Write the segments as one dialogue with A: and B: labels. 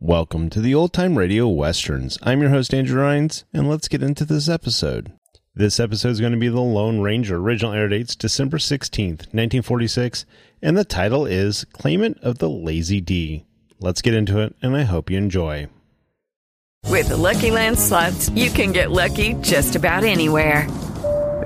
A: Welcome to the Old Time Radio Westerns. I'm your host, Andrew Rhines, and let's get into this episode. This episode is going to be The Lone Ranger. Original air dates December 16th, 1946, and the title is Claimant of the Lazy D. Let's get into it, and I hope you enjoy.
B: With the Lucky Land slots, you can get lucky just about anywhere.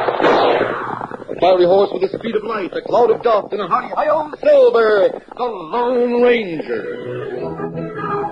C: A fiery horse with the speed of light, a cloud of dust, and a hearty high on silver, the Lone Ranger.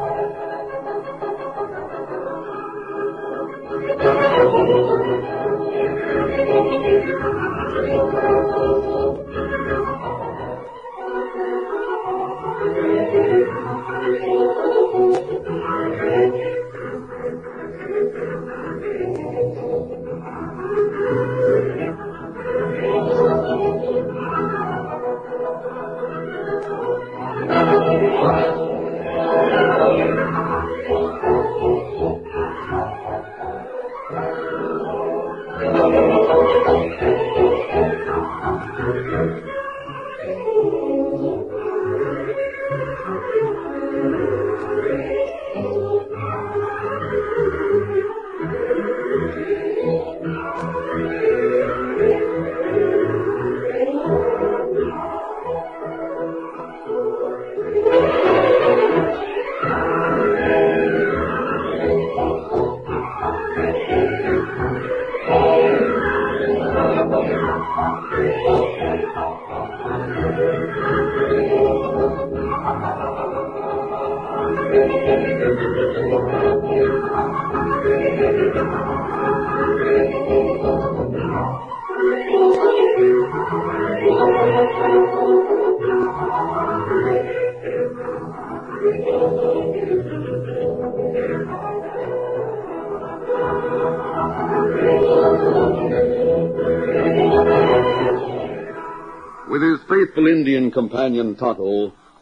C: With his faithful Indian companion Tonto,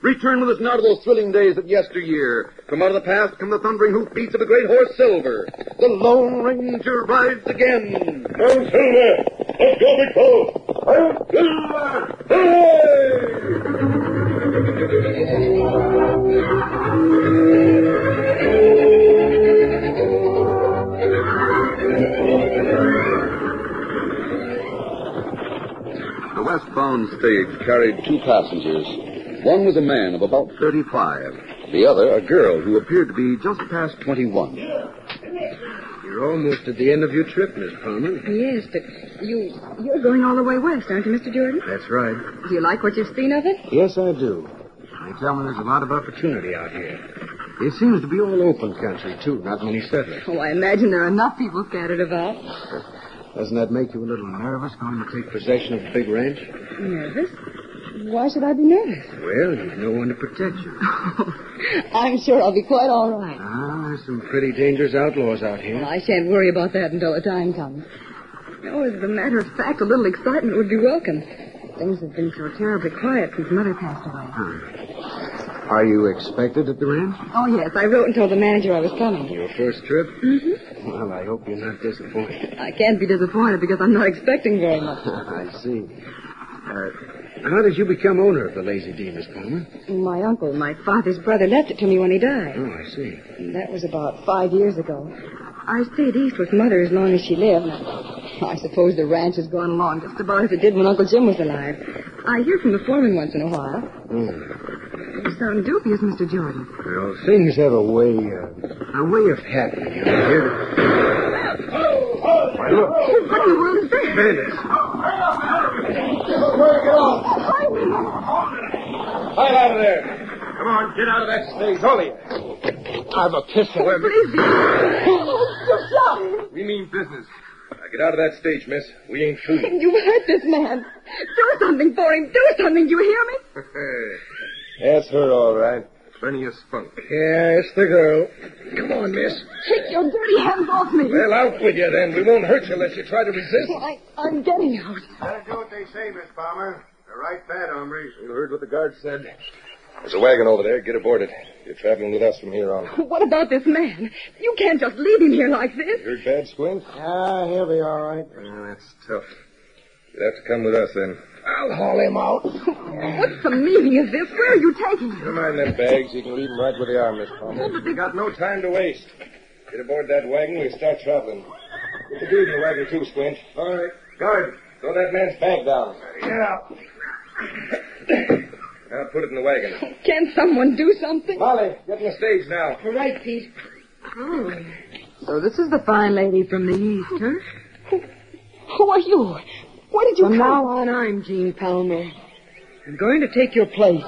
C: Return with us now to those thrilling days of yesteryear. From out of the past come the thundering hoofbeats of the great horse Silver. The Lone Ranger rides again.
D: Silver, let's go, big
C: westbound stage carried two passengers. One was a man of about 35, the other a girl who appeared to be just past 21.
E: You're almost at the end of your trip, Miss Palmer.
F: Yes, but you you're going all the way west, aren't you, Mr. Jordan?
E: That's right.
F: Do you like what you've seen of it?
E: Yes, I do. They tell me there's a lot of opportunity out here. It seems to be all open country, too. Not many settlers.
F: Oh, I imagine there are enough people scattered about.
E: Doesn't that make you a little nervous going to take possession of the big ranch?
F: Nervous? Why should I be nervous?
E: Well, you've no one to protect you.
F: I'm sure I'll be quite all right.
E: Ah, there's some pretty dangerous outlaws out
F: Well,
E: here.
F: I shan't worry about that until the time comes. Oh, as a matter of fact, a little excitement would be welcome. Things have been so terribly quiet since Mother passed away.
E: Hmm. Are you expected at the ranch?
F: Oh, yes, I wrote and told the manager I was coming.
E: Your first trip? Mm-hmm. Well, I hope you're not disappointed.
F: I can't be disappointed because I'm not expecting very much.
E: I see. Uh, how did you become owner of the Lazy D, Miss Palmer?
F: My uncle, my father's brother, left it to me when he died.
E: Oh, I see.
F: And That was about five years ago. I stayed east with Mother as long as she lived. I suppose the ranch has gone along just about as it did when Uncle Jim was alive. I hear from the foreman once in a while. You sound dubious, Mr. Jordan.
E: Hmm. Well, things have a way, uh, a way of happening out here. Why, look,
F: What in the world is that?
E: bandits.
G: Right out of there. Come on, get out of that stage. All of you. I have a pistol. Where... We mean business. Now get out of that stage, miss. We ain't fooling.
F: You hurt this man. Do something for him. Do something. You hear me?
G: That's her, all right. Plenty of spunk.
E: Yes, the girl. Come on, miss.
F: Take your dirty hands off me.
G: Well, out with you then. We won't hurt you unless you try to resist.
F: I, I'm getting out.
G: Better do what they say, Miss Palmer. They're right bad, hombres. You heard what the guard said. There's a wagon over there. Get aboard it. You're traveling with us from here on.
F: What about this man? You can't just leave him here like this.
G: You heard bad, Squint?
E: Ah, he'll be all right.
G: Well, that's tough. You'd have to come with us then. I'll haul him out.
F: What's the meaning of this? Where are you taking him?
G: Never mind them bags. You can leave them right where they are, Miss Palmer. We got no time to waste. Get aboard that wagon. We'll start traveling. Get the dude in the wagon too, Squint. All right. Guard, throw that man's bag down. Yeah. Now put it in the wagon.
F: Can someone do something?
G: Molly, get in the stage now.
F: All right, Pete. Oh. So this is the fine lady from the east, huh? Who are you? Where did you from come? From now on, I'm Jean Palmer. I'm going to take your place.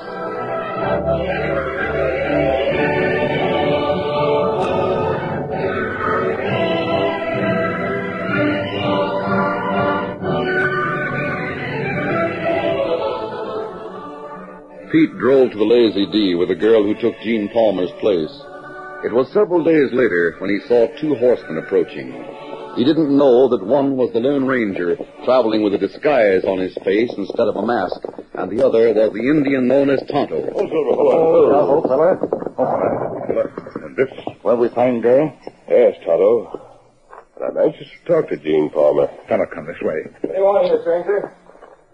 C: Pete drove to the Lazy D with a girl who took Gene Palmer's place. It was several days later when he saw two horsemen approaching. He didn't know that one was the Lone Ranger, traveling with a disguise on his face instead of a mask, and the other was the Indian known as Tonto.
G: Hello, fella. Well, we find girl? Yes, Toto. I'd like to talk to Gene Palmer. Fella, come this way. What do you want here, stranger?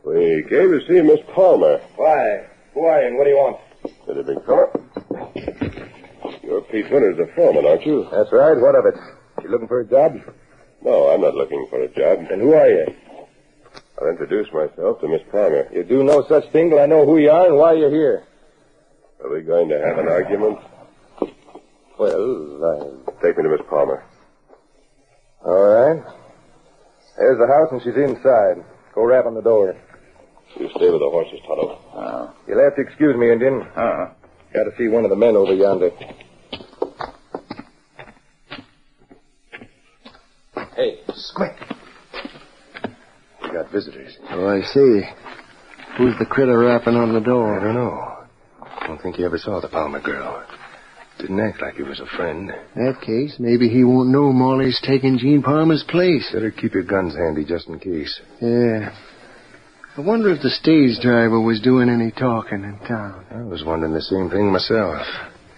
G: We came to see Miss Palmer. Why? Who are you and what do you want? Little big fella. You're Pete Winters, the foreman, aren't you? That's right. What of it? You looking for a job? No, I'm not looking for a job. Then who are you? I'll introduce myself to Miss Palmer. You do no such thing till I know who you are and why you're here. Are we going to have an argument? Well, I... Take me to Miss Palmer. All right. There's the house, and she's inside. Go rap on the door. You stay with the horses, Toto. You'll have to excuse me, Indian. Uh-huh. Got to see one of the men over yonder. Hey, squint. We got visitors.
E: Oh, I see. Who's the critter rapping on the door? I don't know.
G: Don't think he ever saw the Palmer girl. Didn't act like he was a friend.
E: That case, maybe he won't know Molly's taking Gene Palmer's place.
G: Better keep your guns handy just in case.
E: Yeah. I wonder if the stage driver was doing any talking in town.
G: I was wondering the same thing myself.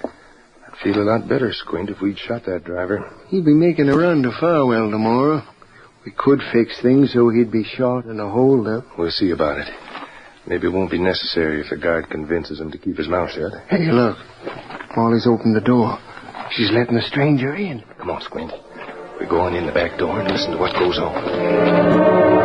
G: I'd feel a lot better, Squint, if we'd shot that driver.
E: He'd be making a run to Farwell tomorrow. We could fix things so he'd be shot in a holdup.
G: We'll see about it. Maybe it won't be necessary if the guard convinces him to keep his mouth shut.
E: Hey, look. Molly's opened the door. She's letting the stranger in.
G: Come on, Squint. We go on in the back door and listen to what goes on.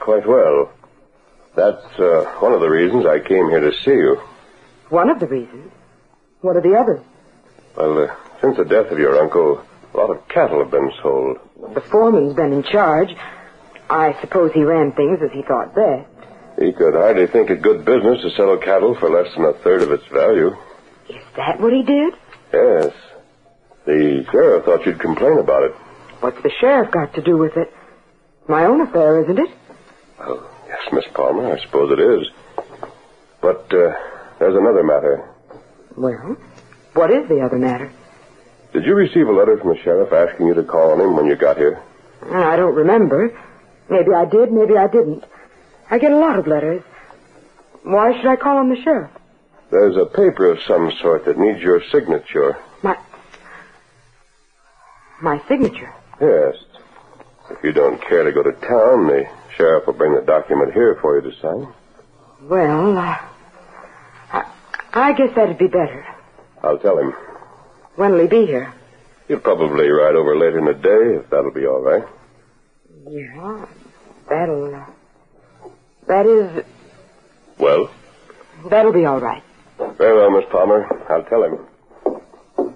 H: quite well. That's uh, one of the reasons I came here to see you.
I: One of the reasons. What are the others?
H: Well, uh, since the death of your uncle, a lot of cattle have been sold.
I: The foreman's been in charge. I suppose he ran things as he thought best.
H: He could hardly think it good business to sell cattle for less than a third of its value.
I: Is that what he did?
H: Yes. The sheriff thought you'd complain about it.
I: What's the sheriff got to do with it? My own affair, isn't it?
H: Well, yes, Miss Palmer, I suppose it is. But uh, there's another matter.
I: Well, what is the other matter?
H: Did you receive a letter from the sheriff asking you to call on him when you got here?
I: I don't remember. Maybe I did, maybe I didn't. I get a lot of letters. Why should I call on the sheriff?
H: There's a paper of some sort that needs your signature.
I: My my signature.
H: Yes. If you don't care to go to town, the sheriff will bring the document here for you to sign.
I: Well, uh, I, I guess that'd be better.
H: I'll tell him.
I: When'll he be here?
H: He'll probably ride over later in the day, if that'll be all right.
I: Yeah, that'll. Uh, that is.
H: Well?
I: That'll be all right.
H: Very well, Miss Palmer. I'll tell him.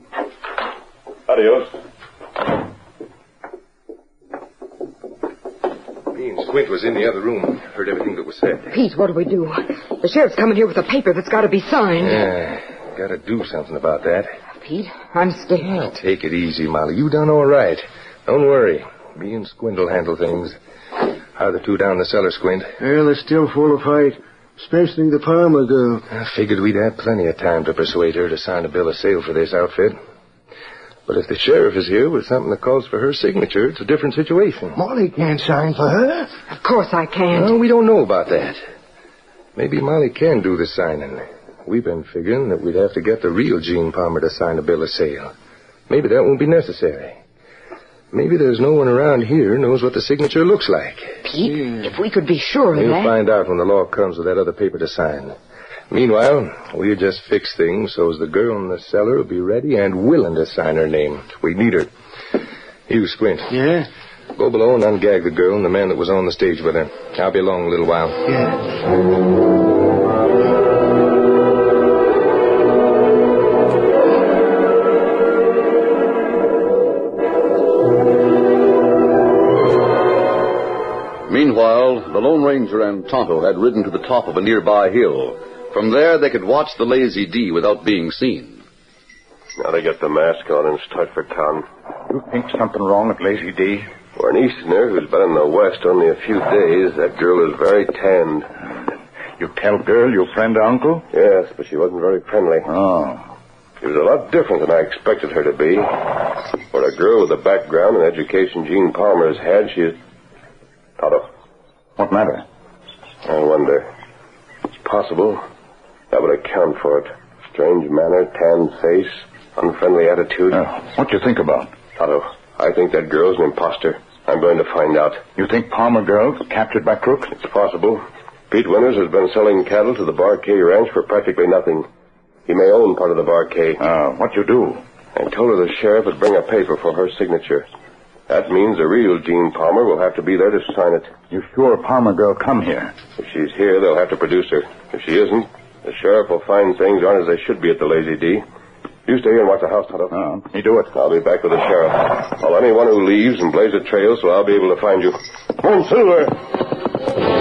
H: Adios.
G: Me and Squint was in the other room. Heard everything that was said.
J: Pete, what do we do? The sheriff's coming here with a paper that's got to be signed.
G: Yeah, gotta do something about that.
J: Pete, I'm scared.
G: Take it easy, Molly. You done all right. Don't worry. Me and Squint will handle things. How are the two down the cellar, Squint?
K: Well, they're still full of fight, especially the Palmer girl.
G: I figured we'd have plenty of time to persuade her to sign a bill of sale for this outfit. But if the sheriff is here with something that calls for her signature, it's a different situation.
K: Molly can't sign for her.
J: Of course I can't.
G: Well, we don't know about that. Maybe Molly can do the signing. We've been figuring that we'd have to get the real Gene Palmer to sign a bill of sale. Maybe that won't be necessary. Maybe there's no one around here who knows what the signature looks like.
J: Pete, if we could be sure of
G: We'll
J: that.
G: find out when the law comes with that other paper to sign. Meanwhile, we'll just fix things so as the girl in the cellar will be ready and willing to sign her name. We need her. You, Squint.
K: Yeah?
G: Go below and ungag the girl and the man that was on the stage with her. I'll be along in a little while.
C: Meanwhile, the Lone Ranger and Tonto had ridden to the top of a nearby hill. From there, they could watch the Lazy D without being seen.
H: Now to get the mask on and start for town. You think something wrong with Lazy D? For an Easterner who's been in the West only a few days, that girl is very tanned. You tell girl your friend uncle? Yes, but she wasn't very friendly. Oh. She was a lot different than I expected her to be. For a girl with the background and education Gene Palmer has had, she is... Toto. What matter? I wonder. It's possible. That would account for it. Strange manner, tanned face, unfriendly attitude. Uh, what do you think about? Toto, I think that girl's an imposter. I'm going to find out. You think Palmer girl captured by crooks? It's possible. Pete Winters has been selling cattle to the Bar K Ranch for practically nothing. He may own part of the Bar K. Ah, what you do? I told her the sheriff would bring a paper for her signature. That means the real Jean Palmer will have to be there to sign it. You sure Palmer girl come here? If she's here, they'll have to produce her. If she isn't, the sheriff will find things aren't as they should be at the Lazy D. You stay here and watch the house, Tonto. Oh, you do it. I'll be back with the sheriff. Call anyone who leaves and blaze a trail so I'll be able to find you. Home, Silver!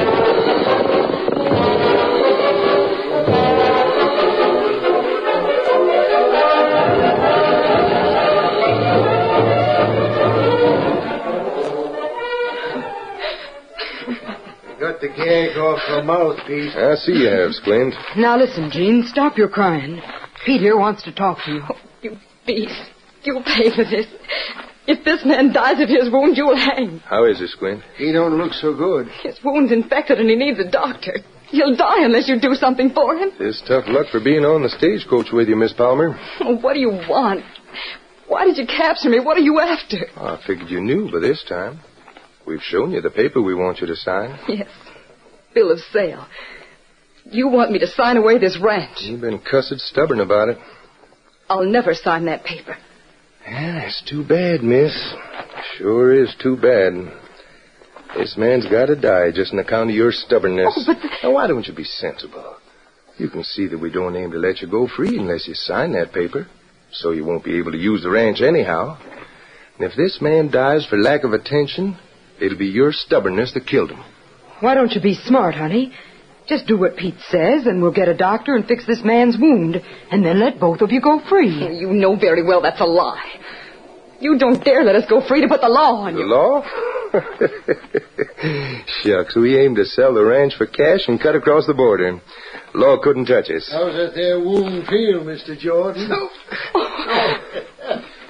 L: Got the gag off her mouth, Pete.
G: I see you have, Squint.
J: Now listen, Jean, stop your crying. Pete here wants to talk to you.
F: You beast. You'll pay for this. If this man dies of his wound, you'll hang.
G: How is this, Squint?
L: He don't look so good.
F: His wound's infected and he needs a doctor. He'll die unless you do something for him.
G: It's tough luck for being on the stagecoach with you, Miss Palmer.
F: Oh, What do you want? Why did you capture me? What are you after?
G: I figured you knew by this time. We've shown you the paper we want you to sign.
F: Yes. Bill of sale. You want me to sign away this ranch.
G: You've been cussed stubborn about it.
F: I'll never sign that paper.
G: Yeah, it's too bad, miss. Sure is too bad. This man's got to die just on account of your stubbornness. Now, why don't you be sensible? You can see that we don't aim to let you go free unless you sign that paper, so you won't be able to use the ranch anyhow. And if this man dies for lack of attention, it'll be your stubbornness that killed him.
J: Why don't you be smart, honey? Just do what Pete says, and we'll get a doctor and fix this man's wound, and then let both of you go free.
F: You know very well that's a lie. You don't dare let us go free to put the law on
G: The
F: you.
G: law? Shucks, we aim to sell the ranch for cash and cut across the border. Law couldn't touch us.
D: How's that there wound feel, Mr. Jordan?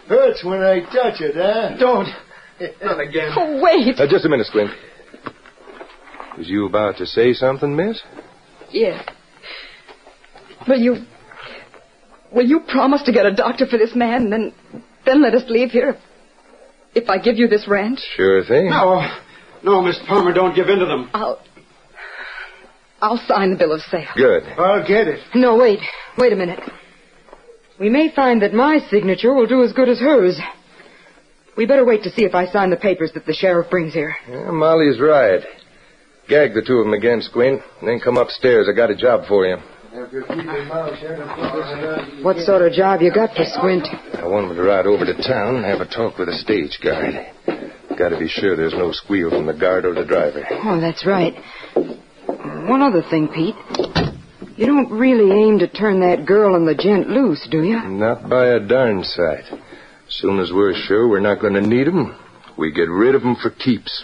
D: Hurts when I touch it, huh? Don't. Not again.
F: Oh, wait.
G: Now, just a minute, Squint. Was you about to say something, miss?
F: Yes. Will you. Will you promise to get a doctor for this man and then, then let us leave here? If I give you this ranch?
G: Sure thing.
F: No.
D: No, Miss Palmer, don't give in to them.
F: I'll. I'll sign the bill of sale.
G: Good.
D: I'll get it.
J: No, wait. Wait a minute. We may find that my signature will do as good as hers. We better wait to see if I sign the papers that the sheriff brings here.
G: Yeah, Molly's right. Gag the two of them again, Squint, and then come upstairs. I got a job for you.
J: What sort of job you got for Squint?
G: I want him to ride over to town and have a talk with the stage guard. Got to be sure there's no squeal from the guard or the driver.
J: Oh, that's right. One other thing, Pete. You don't really aim to turn that girl and the gent loose, do you?
G: Not by a darn sight. Soon as we're sure we're not going to need 'em, we get rid of 'em for keeps.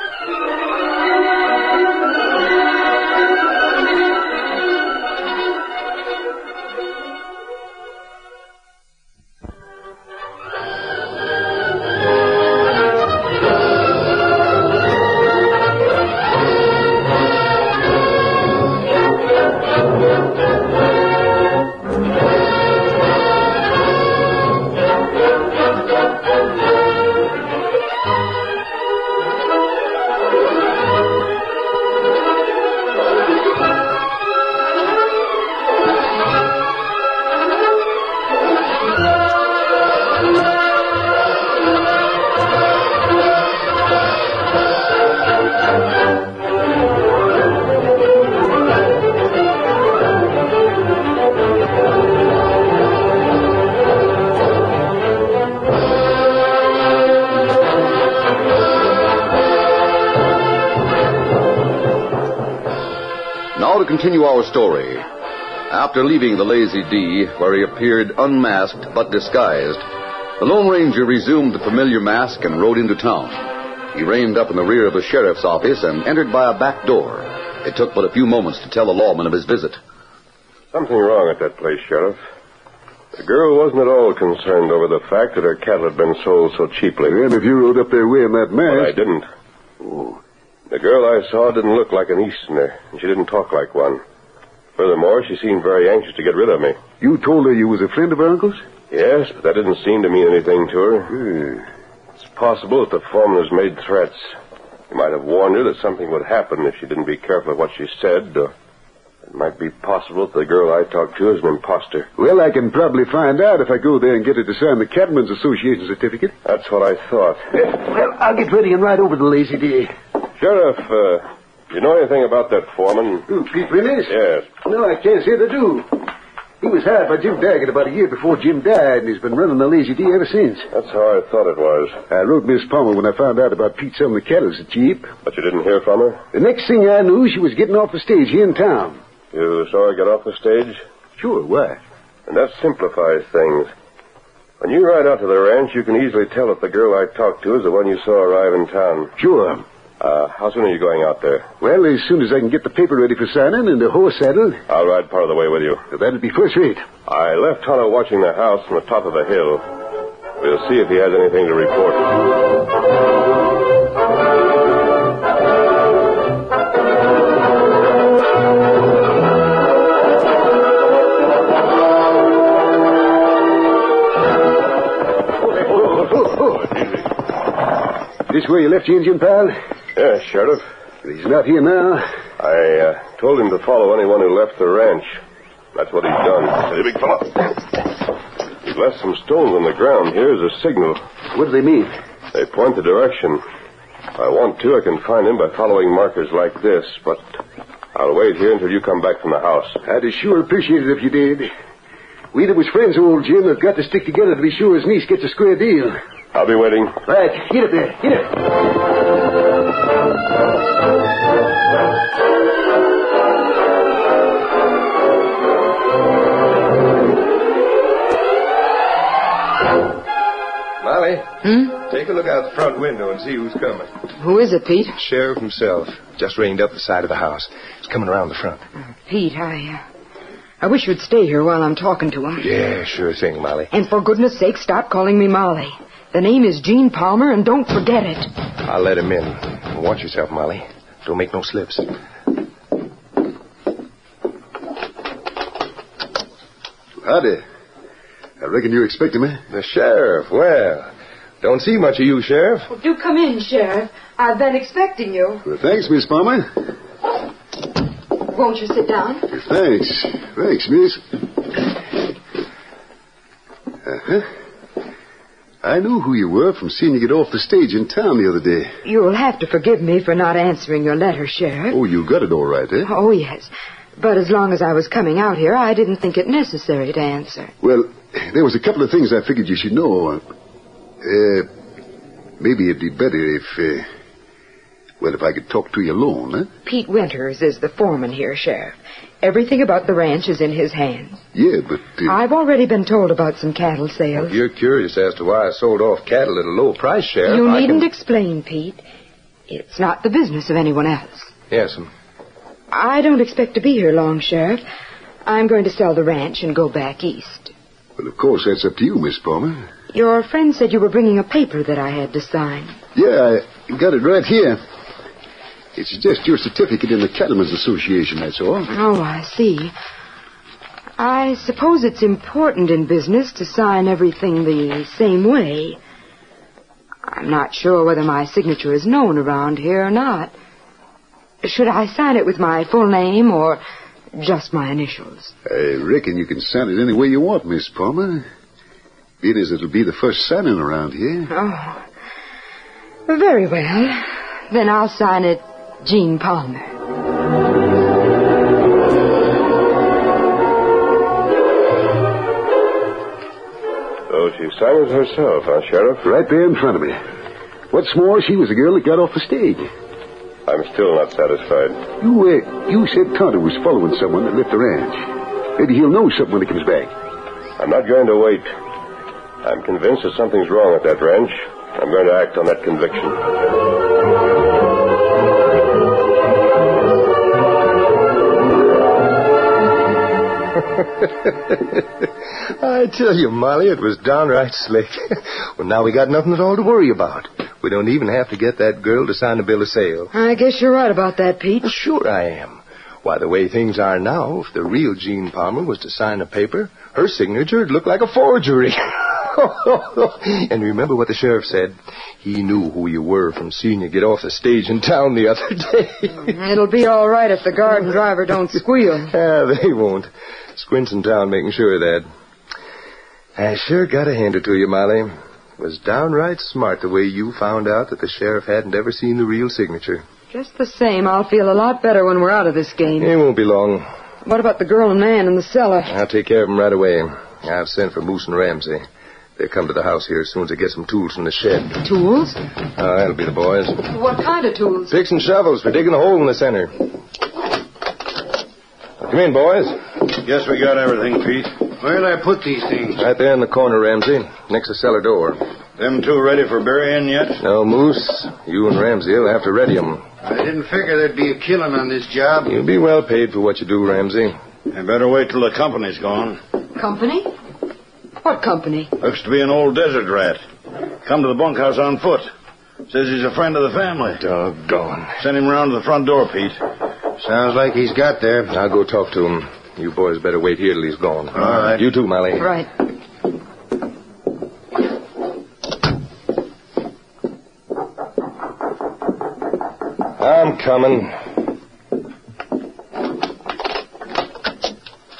C: Now to continue our story. After leaving the Lazy D, where he appeared unmasked but disguised, the Lone Ranger resumed the familiar mask and rode into town. He reined up in the rear of the sheriff's office and entered by a back door. It took but a few moments to tell the lawman of his visit.
H: Something wrong at that place, Sheriff. The girl wasn't at all concerned over the fact that her cattle had been sold so cheaply.
K: Then if you rode up there wearing that mask.
H: But I didn't. The girl I saw didn't look like an Easterner, and she didn't talk like one. Furthermore, she seemed very anxious to get rid of me.
K: You told her you was a friend of her uncle's?
H: Yes, but that didn't seem to mean anything to her. It's possible that the foreman has made threats. He might have warned her that something would happen if she didn't be careful of what she said. Or it might be possible that the girl I talked to is an imposter.
K: Well, I can probably find out if I go there and get her to sign the Cattlemen's Association certificate.
H: That's what I thought.
K: Well, I'll get ready and ride over to the Lazy D.
H: Sheriff, uh, do you know anything about that foreman?
K: Who, Pete Willis?
H: Yes.
K: No, I can't say they do. He was hired by Jim Daggett about a year before Jim died, and he's been running the Lazy D ever since.
H: That's how I thought it was.
K: I wrote Miss Palmer when I found out about Pete selling the cattle to Jeep.
H: But you didn't hear from her?
K: The next thing I knew, she was getting off the stage here in town.
H: You saw her get off the stage?
K: Sure, why?
H: And that simplifies things. When you ride out to the ranch, you can easily tell if the girl I talked to is the one you saw arrive in town.
K: Sure.
H: Uh, how soon are you going out there?
K: Well, as soon as I can get the paper ready for signing and the horse saddled,
H: I'll ride part of the way with you.
K: that'll be first rate.
H: I left Tonto watching the house from the top of a hill. We'll see if he has anything to report.
K: this where you left your Indian pal?
H: Yeah, Sheriff.
K: But he's not here now.
H: I uh, told him to follow anyone who left the ranch. That's what he's done. Hey, big fella. He left some stones on the ground. Here's a signal.
K: What do they mean?
H: They point the direction. If I want to, I can find him by following markers like this, but I'll wait here until you come back from the house.
K: I'd sure appreciate it if you did. We that was friends of old Jim have got to stick together to be sure his niece gets a square deal.
H: I'll be waiting.
K: Right, get up there. Get up.
G: Molly,
J: Hmm?
G: take a look out the front window and see who's coming.
J: Who is it, Pete?
G: Sheriff himself. Just reined up the side of the house. He's coming around the front.
J: Pete, I. Uh, I wish you'd stay here while I'm talking to him.
G: Yeah, sure thing, Molly.
J: And for goodness sake, stop calling me Molly. The name is Jean Palmer, and don't forget it.
G: I'll let him in. Watch yourself, Molly. Don't make no slips.
K: Howdy. I reckon you eh? expected me.
G: The sheriff. Well, don't see much of you, Sheriff.
J: Well, do come in, Sheriff. I've been expecting you.
K: Well, thanks, Miss Palmer.
J: Won't you sit down?
K: Thanks. Thanks, miss. Uh-huh. I knew who you were from seeing you get off the stage in town the other day.
J: You'll have to forgive me for not answering your letter, Sheriff.
K: Oh, you got it all right, eh?
J: Oh, yes. But as long as I was coming out here, I didn't think it necessary to answer.
K: Well, there was a couple of things I figured you should know. Uh, maybe it'd be better if, uh, well, if I could talk to you alone, eh? huh?
J: Pete Winters is the foreman here, Sheriff. Everything about the ranch is in his hands.
K: Yeah, but
J: I've already been told about some cattle sales.
G: You're curious as to why I sold off cattle at a low price, Sheriff.
J: you
G: I
J: needn't
G: can-
J: explain, Pete. It's not the business of anyone else.
G: Yes, um,
J: I don't expect to be here long, Sheriff. I'm going to sell the ranch and go back east.
K: well, of course, that's up to you, Miss Palmer.
J: Your friend said you were bringing a paper that I had to sign.
K: Yeah, I got it right here. It's just your certificate in the Cattlemen's Association, that's all.
J: Oh, I see. I suppose it's important in business to sign everything the same way. I'm not sure whether my signature is known around here or not. Should I sign it with my full name or just my initials?
K: I reckon you can sign it any way you want, Miss Palmer. Being as it'll be the first signing around here.
J: Oh. Very well. Then I'll sign it Jean Palmer.
H: So Oh, she signed it herself, huh, Sheriff?
K: Right there in front of me. What's more, she was the girl that got off the stage.
H: I'm still not satisfied.
K: You, uh, you said Tonto was following someone that left the ranch. Maybe he'll know something when he comes back.
H: I'm not going to wait. I'm convinced that something's wrong at that ranch. I'm going to act on that conviction.
G: I tell you, Molly, it was downright slick. well, now we got nothing at all to worry about. We don't even have to get that girl to sign a bill of sale.
J: I guess you're right about that, Pete.
G: Sure I am. Why, the way things are now, if the real Jean Palmer was to sign a paper, her signature would look like a forgery. and remember what the sheriff said. He knew who you were from seeing you get off the stage in town the other day.
J: It'll be all right if the guard and driver don't squeal.
G: yeah, Ah, they won't. Squint's in town making sure of that. I sure gotta hand it to you, Molly. It was downright smart the way you found out that the sheriff hadn't ever seen the real signature.
J: Just the same, I'll feel a lot better when we're out of this game.
G: It won't be long.
J: What about the girl and man in the cellar?
G: I'll take care of 'em right away. I've sent for Moose and Ramsey. They'll come to the house here as soon as I get some tools from the shed.
J: Tools?
G: Oh, that'll be the boys.
J: What kind of tools?
G: Picks and shovels for digging a hole in the center. Come in, boys.
M: Guess we got everything, Pete. Where'd I put these things?
G: Right there in the corner, Ramsey, next to cellar door.
M: Them two ready for burying yet?
G: No, Moose, you and Ramsey will have to ready 'em.
M: I didn't figure there'd be a killing on this job.
G: You'll be well paid for what you do, Ramsey.
M: I better wait till the company's gone.
J: Company? What company?
M: Looks to be an old desert rat. Come to the bunkhouse on foot. Says he's a friend of the family.
G: Doggone.
M: Send him round to the front door, Pete.
G: Sounds like he's got there. I'll go talk to him. You boys better wait here till he's gone. All
M: right.
G: You too, Molly.
J: Right.
G: I'm coming.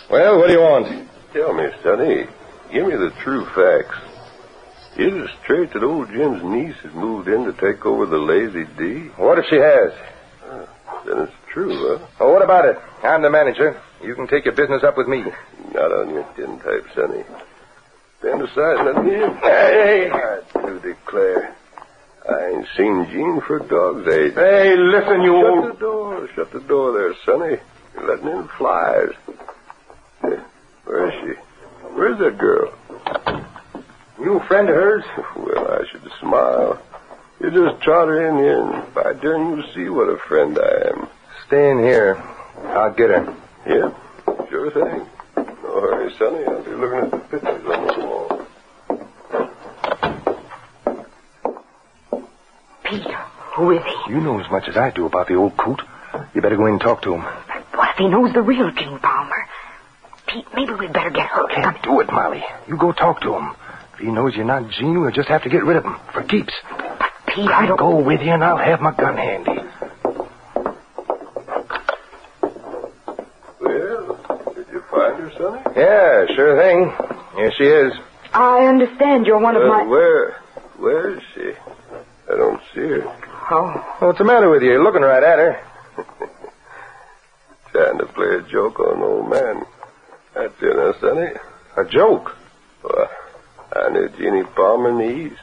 G: Well, what do you want?
H: Tell me, Sonny, give me the true facts. Is it straight that old Jim's niece has moved in to take over the Lazy D? Ah,
G: What if she has?
H: Then it's true, huh?
G: Oh, what about it? I'm the manager. You can take your business up with me.
H: Not on your tin type, Sonny. Stand aside and let me in. Hey! I do declare. I ain't seen Jean for a dog's age.
G: Hey, listen, you
H: Shut
G: old-
H: the door. Shut the door there, Sonny. You're letting in flies. Eh, Where is she? Where's that girl?
G: You a friend of hers?
H: Well, I should smile. You just trot her in here, and by darn you see what a friend I am.
G: Stay in here. I'll get her.
H: Yeah, sure thing. No hurry, Sonny. I'll be looking at the pictures on the wall.
G: Who is he? You know as much as I do about the old coot. You better go in and talk to him.
I: What if he knows the real Gene Palmer? Pete, maybe we'd better get her.
G: Can't do it, Molly. You go talk to him. If he knows you're not Gene, we'll just have to get rid of him for keeps. But Pete, I don't go with you, and I'll have my gun handy.
H: Well, did you find her, Sonny?
G: Yeah, sure thing. Here she is.
I: I understand you're one of
H: Uh,
I: my.
H: Where, where is she? I don't see her.
G: Oh, what's the matter with you? You're looking right at her.
H: Trying to play a joke on an old man. That's it, huh, Sonny?
G: A joke?
H: Well, I knew Jeannie Palmer in the East.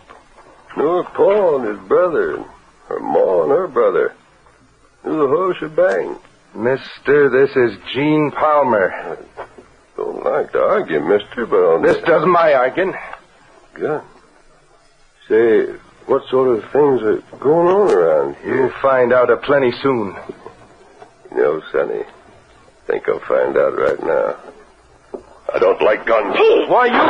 H: Knew her pa and his brother, and her ma and her brother. Knew the whole shebang.
G: Mister, this is Gene Palmer.
H: Don't like to argue, mister, but on
G: This does my arguing.
H: gun. Say, what sort of things are going on around here?
G: You'll find out a plenty soon.
H: You know, Sonny, think I'll find out right now. I don't like guns.
G: Why, you...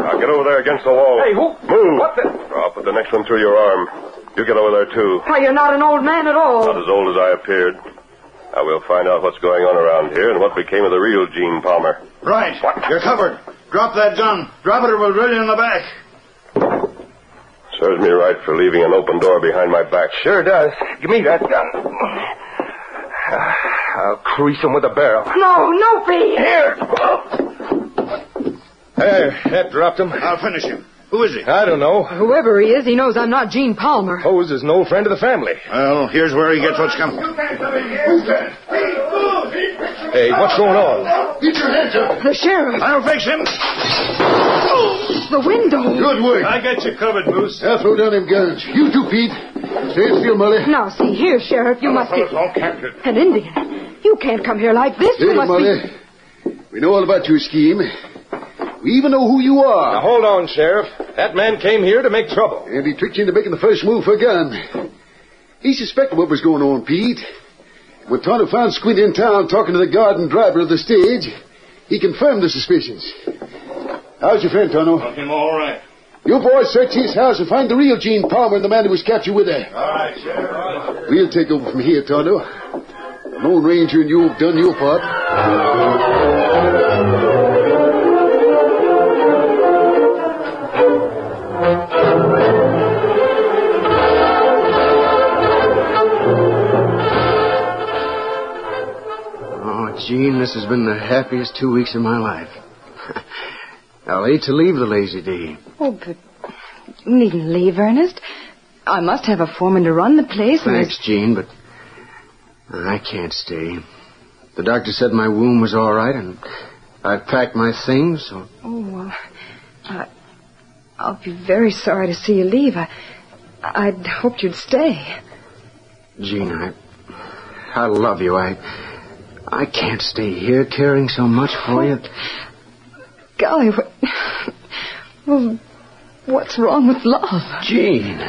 H: Now get over there against the wall.
G: Hey, who...
H: Move.
G: What the...
H: I'll put the next one through your arm. You get over there, too.
I: Why, you're not an old man at all.
H: Not as old as I appeared. I will find out what's going on around here and what became of the real Gene Palmer.
M: Right. You're covered. Drop that gun. Drop it or we'll drill you in the back.
H: Serves me right for leaving an open door behind my back.
G: Sure does. Give me that gun. I'll crease him with a barrel.
I: No, no, Pete.
G: Here! There, that dropped him.
M: I'll finish him. Who is he?
G: I don't know.
J: Whoever he is, he knows I'm not Gene Palmer.
G: Pose is an old friend of the family.
M: Well, here's where he gets what's coming.
G: Hey, what's going on?
M: Get your hands up.
J: The sheriff,
M: I'll fix him.
J: the window.
L: Good work.
M: I got you covered, Moose.
L: Now throw down them guns. You too, Pete. Stay still, Molly.
J: Now, see here, Sheriff, you must be
M: All captured.
J: an Indian. You can't come here like this. You
L: Hey,
J: must
L: Molly.
J: be.
L: We know all about your scheme. We even know who you
G: Now,
L: are.
G: hold on, Sheriff. That man came here to make trouble.
L: And he tricked you into making the first move for a gun. He suspected what was going on, Pete. When Tonto found Squint in town talking to the guard and driver of the stage, he confirmed the suspicions. How's your friend, Tonto?
M: Him all right.
L: You boys search his house and find the real Gene Palmer and the man who was captured with her.
M: All right, Sheriff.
L: We'll take over from here, Tonto. The Lone Ranger and you have done your part.
E: Oh, Gene, this has been the happiest two weeks of my life. I'll hate to leave the Lazy D.
F: Oh, but you needn't leave, Ernest. I must have a foreman to run the place. and
E: Thanks, Gene, but I can't stay. The doctor said my wound was all right, and I packed my things, so
F: I- Oh, well, I, I'll be very sorry to see you leave. I, I'd hoped you'd stay.
E: Gene, I, I love you. I, I can't stay here caring so much for you.
F: Golly, what, well, what's wrong with love?
E: Gene,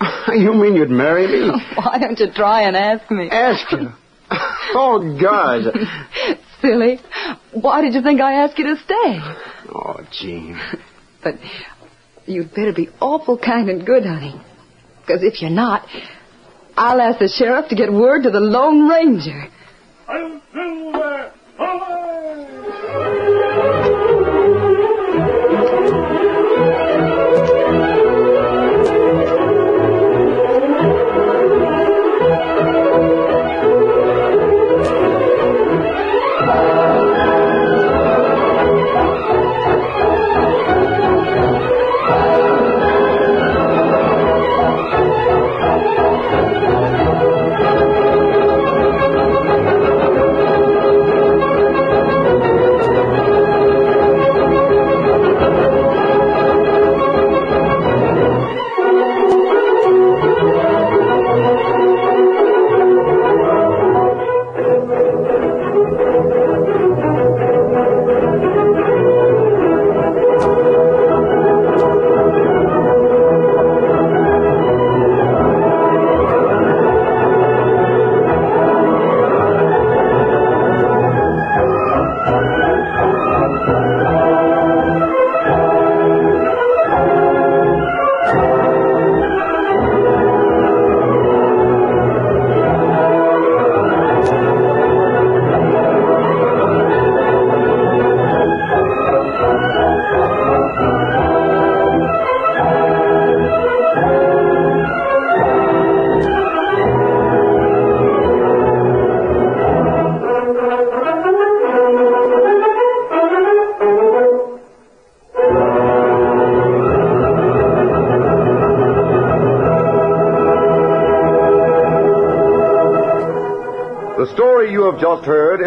E: you mean you'd marry me?
F: Why don't you try and ask me?
E: Ask you? Oh, God.
F: Silly. Why did you think I asked you to stay?
E: Oh, Gene.
F: But you'd better be awful kind and good, honey. Because if you're not, I'll ask the sheriff to get word to the Lone Ranger.
N: The story you have just heard